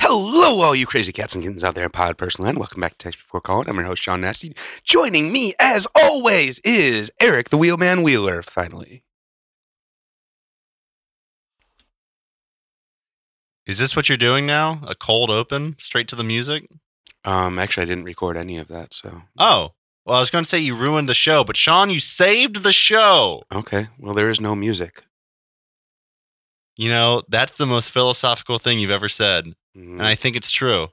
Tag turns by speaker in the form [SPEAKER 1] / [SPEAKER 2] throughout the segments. [SPEAKER 1] Hello, all you crazy cats and kittens out there in pod person land. Welcome back to Text Before Calling. I'm your host, Sean Nasty. Joining me, as always, is Eric the Wheelman Wheeler, finally.
[SPEAKER 2] Is this what you're doing now? A cold open straight to the music?
[SPEAKER 1] Um, actually, I didn't record any of that, so.
[SPEAKER 2] Oh, well, I was going to say you ruined the show, but Sean, you saved the show.
[SPEAKER 1] Okay, well, there is no music.
[SPEAKER 2] You know, that's the most philosophical thing you've ever said. And I think it's true.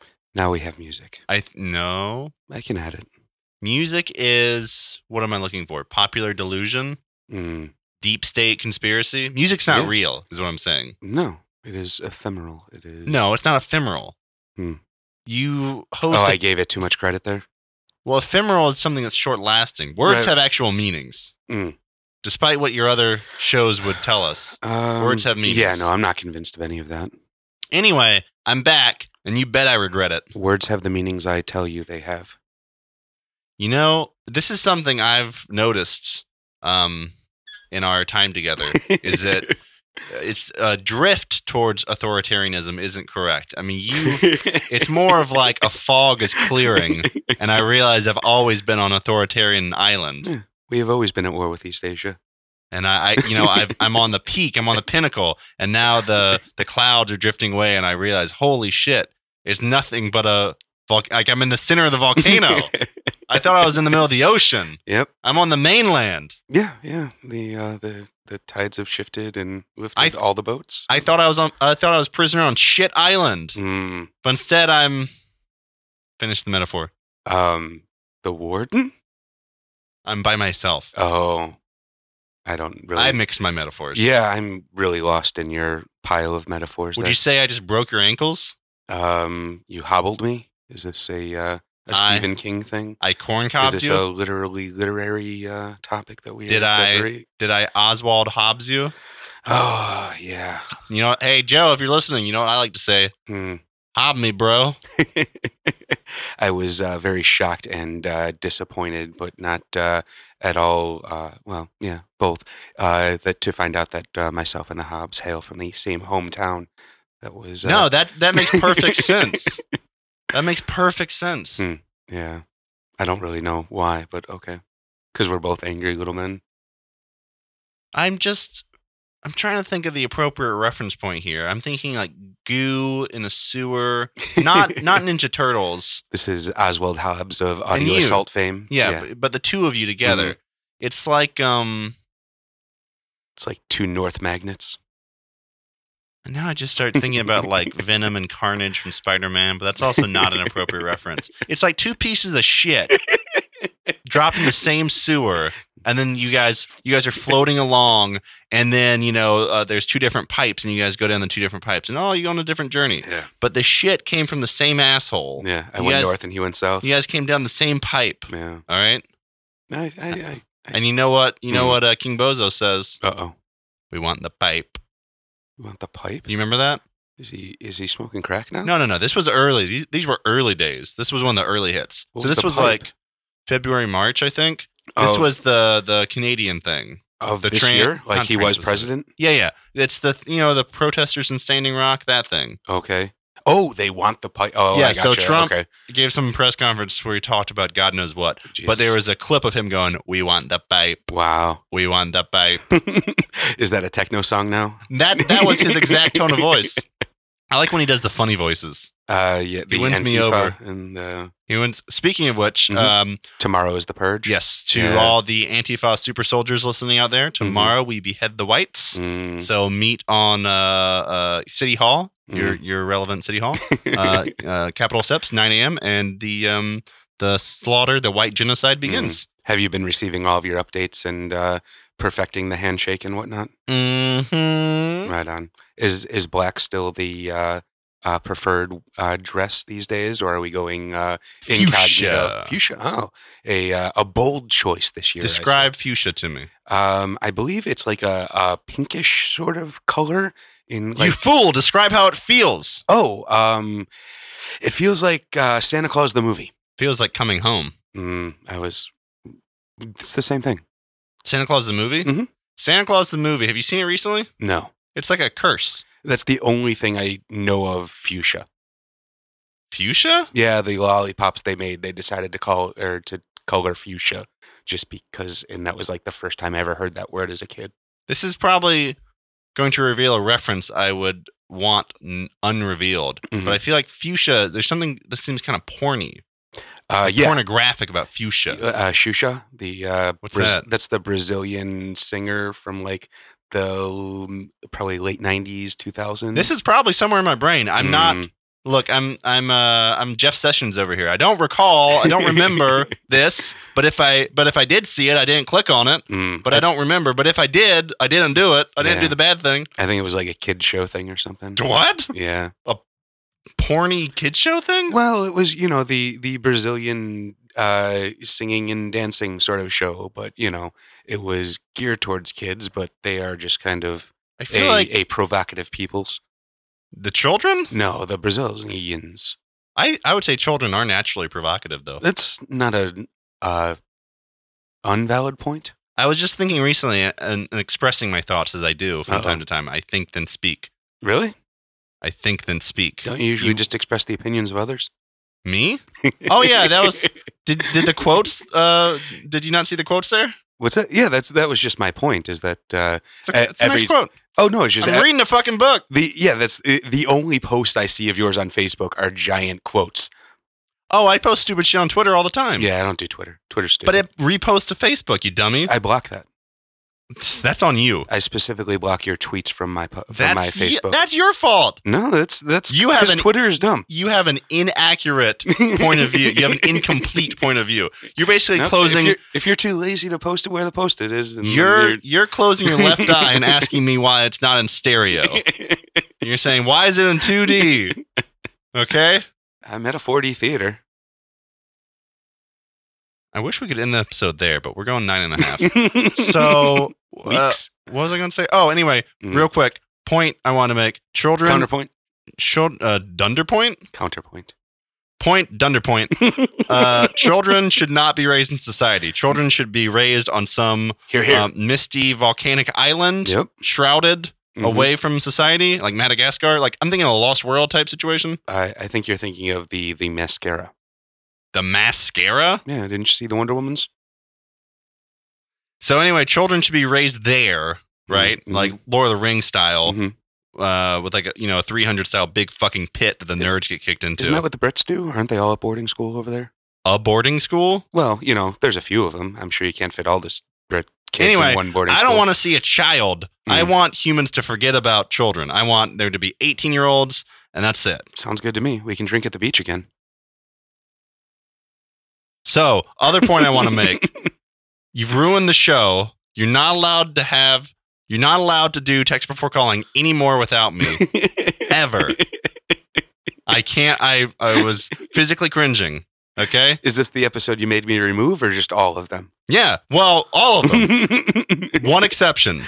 [SPEAKER 1] Mm, now we have music.
[SPEAKER 2] I th- no.
[SPEAKER 1] I can add it.
[SPEAKER 2] Music is what am I looking for? Popular delusion,
[SPEAKER 1] Mm,
[SPEAKER 2] deep state conspiracy. Music's not
[SPEAKER 1] Yeah.
[SPEAKER 2] real, is what I'm saying.
[SPEAKER 1] no, it is ephemeral. It is.
[SPEAKER 2] No, it's not ephemeral.
[SPEAKER 1] Hmm.
[SPEAKER 2] You
[SPEAKER 1] Oh,
[SPEAKER 2] host
[SPEAKER 1] I
[SPEAKER 2] a-
[SPEAKER 1] gave it too much credit there.
[SPEAKER 2] well, ephemeral is something that's short lasting. Words
[SPEAKER 1] Right.
[SPEAKER 2] have actual meanings.
[SPEAKER 1] Mm.
[SPEAKER 2] Despite what your other shows would tell us.
[SPEAKER 1] Um,
[SPEAKER 2] Words have meanings.
[SPEAKER 1] Yeah, no, I'm not convinced of any of that.
[SPEAKER 2] Anyway, I'm back, and you bet I regret it.
[SPEAKER 1] Words have the meanings I tell you they have.
[SPEAKER 2] You know, this is something I've noticed um, in our time together. is that it's a drift towards authoritarianism isn't correct. I mean, you. It's more of like a fog is clearing, and I realize I've always been on authoritarian island,
[SPEAKER 1] We have always been at war with East Asia.
[SPEAKER 2] and I, I you know, I've, I'm on the peak, I'm on the pinnacle, and now the the clouds are drifting away, and I realize, holy shit, it's nothing but a vol- like I'm in the center of the volcano. I thought I was in the middle of the ocean.
[SPEAKER 1] yep.
[SPEAKER 2] I'm on the mainland.
[SPEAKER 1] Yeah, yeah. The uh, the the tides have shifted and lifted
[SPEAKER 2] I-
[SPEAKER 1] all the boats.
[SPEAKER 2] I thought I was on. I thought I was prisoner on shit island.
[SPEAKER 1] Hmm.
[SPEAKER 2] But instead, I'm. Finish the metaphor.
[SPEAKER 1] um, the warden.
[SPEAKER 2] I'm by myself.
[SPEAKER 1] Oh, I don't really.
[SPEAKER 2] I mixed my metaphors.
[SPEAKER 1] yeah, I'm really lost in your pile of metaphors.
[SPEAKER 2] Would
[SPEAKER 1] there.
[SPEAKER 2] you say I just broke your ankles?
[SPEAKER 1] um, you hobbled me. Is this a uh, a
[SPEAKER 2] I-
[SPEAKER 1] Stephen King thing?
[SPEAKER 2] I corn
[SPEAKER 1] Is
[SPEAKER 2] cobbed
[SPEAKER 1] this
[SPEAKER 2] you?
[SPEAKER 1] a literally literary uh, topic that we
[SPEAKER 2] Did
[SPEAKER 1] are
[SPEAKER 2] I-
[SPEAKER 1] covering?
[SPEAKER 2] Did I Oswald Hobbs you?
[SPEAKER 1] Oh yeah.
[SPEAKER 2] You know, hey Joe, if you're listening, you know what I like to say:
[SPEAKER 1] Hmm.
[SPEAKER 2] Hob me, bro.
[SPEAKER 1] I was uh, very shocked and uh, disappointed, but not uh, at all. Uh, well, yeah, both. Uh, that to find out that uh, myself and the Hobbs hail from the same hometown. That was uh,
[SPEAKER 2] No, that that makes perfect sense. That makes perfect sense.
[SPEAKER 1] Hmm. Yeah, I don't really know why, but okay, because we're both angry little men.
[SPEAKER 2] I'm just I'm trying to think of the appropriate reference point here. I'm thinking like goo in a sewer, not not Ninja Turtles.
[SPEAKER 1] This is Oswald Hobbs of Audio
[SPEAKER 2] you.
[SPEAKER 1] Assault fame.
[SPEAKER 2] Yeah, But, but the two of you together, it's like um.
[SPEAKER 1] it's like two North magnets.
[SPEAKER 2] Now I just start thinking about like Venom and Carnage from Spider-Man, but that's also not an appropriate reference. It's like two pieces of shit dropped in the same sewer, and then you guys you guys are floating along, and then you know uh, there's two different pipes, and you guys go down the two different pipes, and oh, you're on a different journey.
[SPEAKER 1] Yeah,
[SPEAKER 2] But the shit came from the same asshole.
[SPEAKER 1] yeah. I
[SPEAKER 2] You
[SPEAKER 1] went
[SPEAKER 2] guys-
[SPEAKER 1] north and he went south.
[SPEAKER 2] You guys came down the same pipe.
[SPEAKER 1] yeah.
[SPEAKER 2] All right.
[SPEAKER 1] I, I, I,
[SPEAKER 2] And you know what? You know
[SPEAKER 1] Hmm.
[SPEAKER 2] what uh, King Bozo says?
[SPEAKER 1] uh oh.
[SPEAKER 2] We want the pipe.
[SPEAKER 1] You want the pipe?
[SPEAKER 2] You remember that?
[SPEAKER 1] Is he is he smoking crack now?
[SPEAKER 2] No, no, no. This was early. These, these were early days. This was one of the early hits.
[SPEAKER 1] What
[SPEAKER 2] so
[SPEAKER 1] was
[SPEAKER 2] this
[SPEAKER 1] the
[SPEAKER 2] was
[SPEAKER 1] pipe? Oh.
[SPEAKER 2] like February, March, I think. This
[SPEAKER 1] Of-
[SPEAKER 2] was the the Canadian thing.
[SPEAKER 1] of
[SPEAKER 2] the
[SPEAKER 1] this
[SPEAKER 2] tran-
[SPEAKER 1] year, like
[SPEAKER 2] not
[SPEAKER 1] he was
[SPEAKER 2] translucent.
[SPEAKER 1] president.
[SPEAKER 2] Yeah, yeah. It's the you know the protesters in Standing Rock that thing.
[SPEAKER 1] Okay. Oh, they want the pipe. Oh,
[SPEAKER 2] Yeah,
[SPEAKER 1] I
[SPEAKER 2] so
[SPEAKER 1] gotcha.
[SPEAKER 2] Trump-
[SPEAKER 1] Okay.
[SPEAKER 2] He gave some press conference where he talked about God knows what.
[SPEAKER 1] Jesus.
[SPEAKER 2] But there was a clip of him going, "We want the pipe.
[SPEAKER 1] wow.
[SPEAKER 2] We want the pipe."
[SPEAKER 1] is that a techno song now?
[SPEAKER 2] That that was his exact tone of voice. I like when he does the funny voices.
[SPEAKER 1] Uh, yeah. The
[SPEAKER 2] wins
[SPEAKER 1] Antifa
[SPEAKER 2] me over.
[SPEAKER 1] And uh,
[SPEAKER 2] He went. Speaking of which,
[SPEAKER 1] Mhm.
[SPEAKER 2] um,
[SPEAKER 1] tomorrow is the purge.
[SPEAKER 2] yes, to
[SPEAKER 1] Yeah.
[SPEAKER 2] all the Antifa super soldiers listening out there, tomorrow we behead the whites.
[SPEAKER 1] Mm,
[SPEAKER 2] So meet on uh, uh, City Hall, your your relevant City Hall, uh, uh, Capitol Steps, 9 a.m. and the um, the slaughter, the white genocide begins.
[SPEAKER 1] Have you been receiving all of your updates and uh, perfecting the handshake and whatnot?
[SPEAKER 2] Mm-hmm.
[SPEAKER 1] Right on. Is is black still the uh, uh, preferred uh, dress these days, or are we going uh, incognito?
[SPEAKER 2] Fuchsia.
[SPEAKER 1] Fuchsia. Oh, a uh, a bold choice this year. I see.
[SPEAKER 2] Describe fuchsia to me.
[SPEAKER 1] Um, I believe it's like a, a pinkish sort of color. In like,
[SPEAKER 2] you fool! Describe how it feels.
[SPEAKER 1] oh, um, it feels like uh, Santa Claus the movie.
[SPEAKER 2] Feels like coming home.
[SPEAKER 1] Mm, I was. It's the same thing.
[SPEAKER 2] Santa Claus the movie.
[SPEAKER 1] Mhm.
[SPEAKER 2] Santa Claus the movie. Have you seen it recently?
[SPEAKER 1] No.
[SPEAKER 2] It's like a curse.
[SPEAKER 1] That's the only thing I know of fuchsia.
[SPEAKER 2] Fuchsia?
[SPEAKER 1] Yeah, the lollipops they made, they decided to call or to color fuchsia just because, and that was like the first time I ever heard that word as a kid.
[SPEAKER 2] This is probably going to reveal a reference I would want n- unrevealed.
[SPEAKER 1] Mhm.
[SPEAKER 2] But I feel like fuchsia, there's something that seems kind of porny,
[SPEAKER 1] Uh, yeah,
[SPEAKER 2] pornographic about fuchsia.
[SPEAKER 1] uh, Xuxa, the uh,
[SPEAKER 2] What's
[SPEAKER 1] Braz-
[SPEAKER 2] that?
[SPEAKER 1] that's the Brazilian singer from like the um, probably late '90s, 2000s.
[SPEAKER 2] This is probably somewhere in my brain. I'm not.
[SPEAKER 1] Mm.
[SPEAKER 2] Look, I'm I'm uh I'm Jeff Sessions over here. I don't recall. I don't remember this. But if I but if I did see it, I didn't click on it.
[SPEAKER 1] Mm.
[SPEAKER 2] But I don't remember. But if I did, I didn't do it. I didn't
[SPEAKER 1] Yeah.
[SPEAKER 2] do the bad thing.
[SPEAKER 1] I think it was like a kid show thing or something.
[SPEAKER 2] What?
[SPEAKER 1] Yeah.
[SPEAKER 2] Porny kid show thing?
[SPEAKER 1] Well, it was you know the the Brazilian uh, singing and dancing sort of show, but you know it was geared towards kids, but they are just kind of
[SPEAKER 2] I feel
[SPEAKER 1] a,
[SPEAKER 2] like
[SPEAKER 1] a provocative peoples.
[SPEAKER 2] the children.
[SPEAKER 1] No, the Brazilians.
[SPEAKER 2] I I would say children are naturally provocative though.
[SPEAKER 1] That's not a uh, unvalid point.
[SPEAKER 2] I was just thinking recently and, and expressing my thoughts as I do from
[SPEAKER 1] Uh-oh.
[SPEAKER 2] time to time. I think then speak.
[SPEAKER 1] Really?
[SPEAKER 2] I think then speak.
[SPEAKER 1] Don't you usually
[SPEAKER 2] You-
[SPEAKER 1] just express the opinions of others?
[SPEAKER 2] Me? Oh, yeah, that was- Did did the quotes? Uh, did you not see the quotes there?
[SPEAKER 1] What's that? Yeah, that's that was just my point. Is that? Uh,
[SPEAKER 2] It's a,
[SPEAKER 1] E-
[SPEAKER 2] it's a nice
[SPEAKER 1] every-
[SPEAKER 2] quote.
[SPEAKER 1] oh no, it's just
[SPEAKER 2] I'm reading the fucking book.
[SPEAKER 1] the yeah. That's the the only post I see of yours on Facebook are giant quotes.
[SPEAKER 2] Oh, I post stupid shit on Twitter all the time.
[SPEAKER 1] Yeah, I don't do Twitter. Twitter's stupid.
[SPEAKER 2] But it reposts to Facebook, you dummy.
[SPEAKER 1] I block that.
[SPEAKER 2] that's on you.
[SPEAKER 1] I specifically block your tweets from my po- from
[SPEAKER 2] That's
[SPEAKER 1] my
[SPEAKER 2] y-
[SPEAKER 1] Facebook.
[SPEAKER 2] that's your fault.
[SPEAKER 1] no, that's that's
[SPEAKER 2] You have
[SPEAKER 1] 'cause
[SPEAKER 2] an-
[SPEAKER 1] Twitter is dumb.
[SPEAKER 2] You have an inaccurate point of view. You have an incomplete point of view. You're basically
[SPEAKER 1] Nope, if
[SPEAKER 2] closing
[SPEAKER 1] you're- If you're, too lazy to post it where the post it is, and
[SPEAKER 2] You're you're closing your left eye and asking me why it's not in stereo. You're saying why is it in 2D? Okay.
[SPEAKER 1] I'm at a 4D theater.
[SPEAKER 2] I wish we could end the episode there, but we're going nine and a half. So uh,
[SPEAKER 1] Weeks.
[SPEAKER 2] what was I going to say? Oh, anyway,
[SPEAKER 1] Mm.
[SPEAKER 2] real quick point I want to make: children,
[SPEAKER 1] counterpoint.
[SPEAKER 2] chil- uh, dunder point,
[SPEAKER 1] Counterpoint.
[SPEAKER 2] point dunder point. Uh, children should not be raised in society. Children should be raised on some
[SPEAKER 1] Here, here.
[SPEAKER 2] um, misty volcanic island,
[SPEAKER 1] yep.
[SPEAKER 2] shrouded
[SPEAKER 1] Mhm.
[SPEAKER 2] away from society, like Madagascar. Like I'm thinking of a lost world type situation.
[SPEAKER 1] I, I think you're thinking of the the mascara.
[SPEAKER 2] The mascara.
[SPEAKER 1] Yeah, didn't you see the Wonder Woman's?
[SPEAKER 2] So anyway, children should be raised there, right?
[SPEAKER 1] Mhm.
[SPEAKER 2] Like Lord of the Rings style,
[SPEAKER 1] Mhm.
[SPEAKER 2] uh, with like a, you know a 300 style big fucking pit that the nerds get kicked into.
[SPEAKER 1] Isn't that what the Brits do? Aren't they all at boarding school over there?
[SPEAKER 2] a boarding school.
[SPEAKER 1] Well, you know, there's a few of them. I'm sure you can't fit all this Brit kids
[SPEAKER 2] Anyway,
[SPEAKER 1] in one boarding
[SPEAKER 2] I
[SPEAKER 1] school.
[SPEAKER 2] don't want to see a child. I
[SPEAKER 1] Mhm.
[SPEAKER 2] want humans to forget about children. I want there to be 18 year olds, and that's it.
[SPEAKER 1] Sounds good to me. We can drink at the beach again.
[SPEAKER 2] So, other point I want to make: you've ruined the show. You're not allowed to have. You're not allowed to do text before calling anymore without me. ever. I can't. I I was physically cringing. Okay.
[SPEAKER 1] Is this the episode you made me remove, or just all of them?
[SPEAKER 2] Yeah. Well, all of them.
[SPEAKER 1] mm-hmm.
[SPEAKER 2] One exception.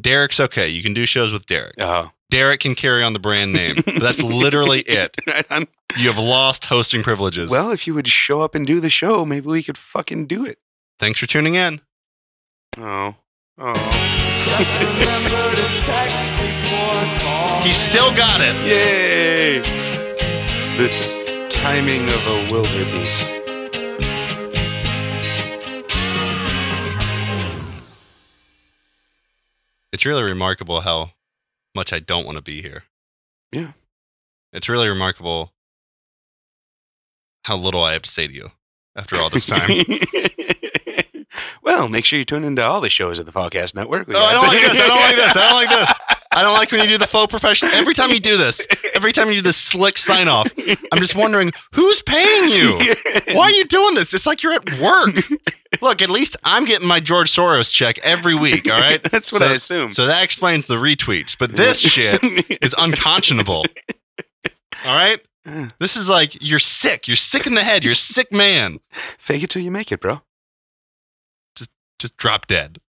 [SPEAKER 2] Derek's okay. You can do shows with Derek.
[SPEAKER 1] Oh,
[SPEAKER 2] Derek can carry on the brand name. But that's literally it.
[SPEAKER 1] right on.
[SPEAKER 2] You have lost hosting privileges.
[SPEAKER 1] Well, if you would show up and do the show, maybe we could fucking do it.
[SPEAKER 2] thanks for tuning in.
[SPEAKER 1] Oh, oh,
[SPEAKER 3] Just remember to text before calling.
[SPEAKER 2] He still got it.
[SPEAKER 1] yay! The timing of a wildebeest.
[SPEAKER 2] It's really remarkable how much I don't want to be here.
[SPEAKER 1] Yeah.
[SPEAKER 2] It's really remarkable how little I have to say to you after all this time.
[SPEAKER 1] well, make sure you tune into all the shows at the podcast network. We
[SPEAKER 2] Oh, I
[SPEAKER 1] got-
[SPEAKER 2] don't like this. I don't like this. I don't like this. I don't like when you do the faux professional. Every time you do this, every time you do this slick sign off, I'm just wondering who's paying you? Why are you doing this? It's like you're at work. Look, at least I'm getting my George Soros check every week. All right.
[SPEAKER 1] That's what
[SPEAKER 2] So-
[SPEAKER 1] I assume.
[SPEAKER 2] So that explains the retweets, but this shit is unconscionable. All right. This is like you're sick. You're sick in the head. You're a sick man.
[SPEAKER 1] Fake it till you make it, bro.
[SPEAKER 2] Just drop dead.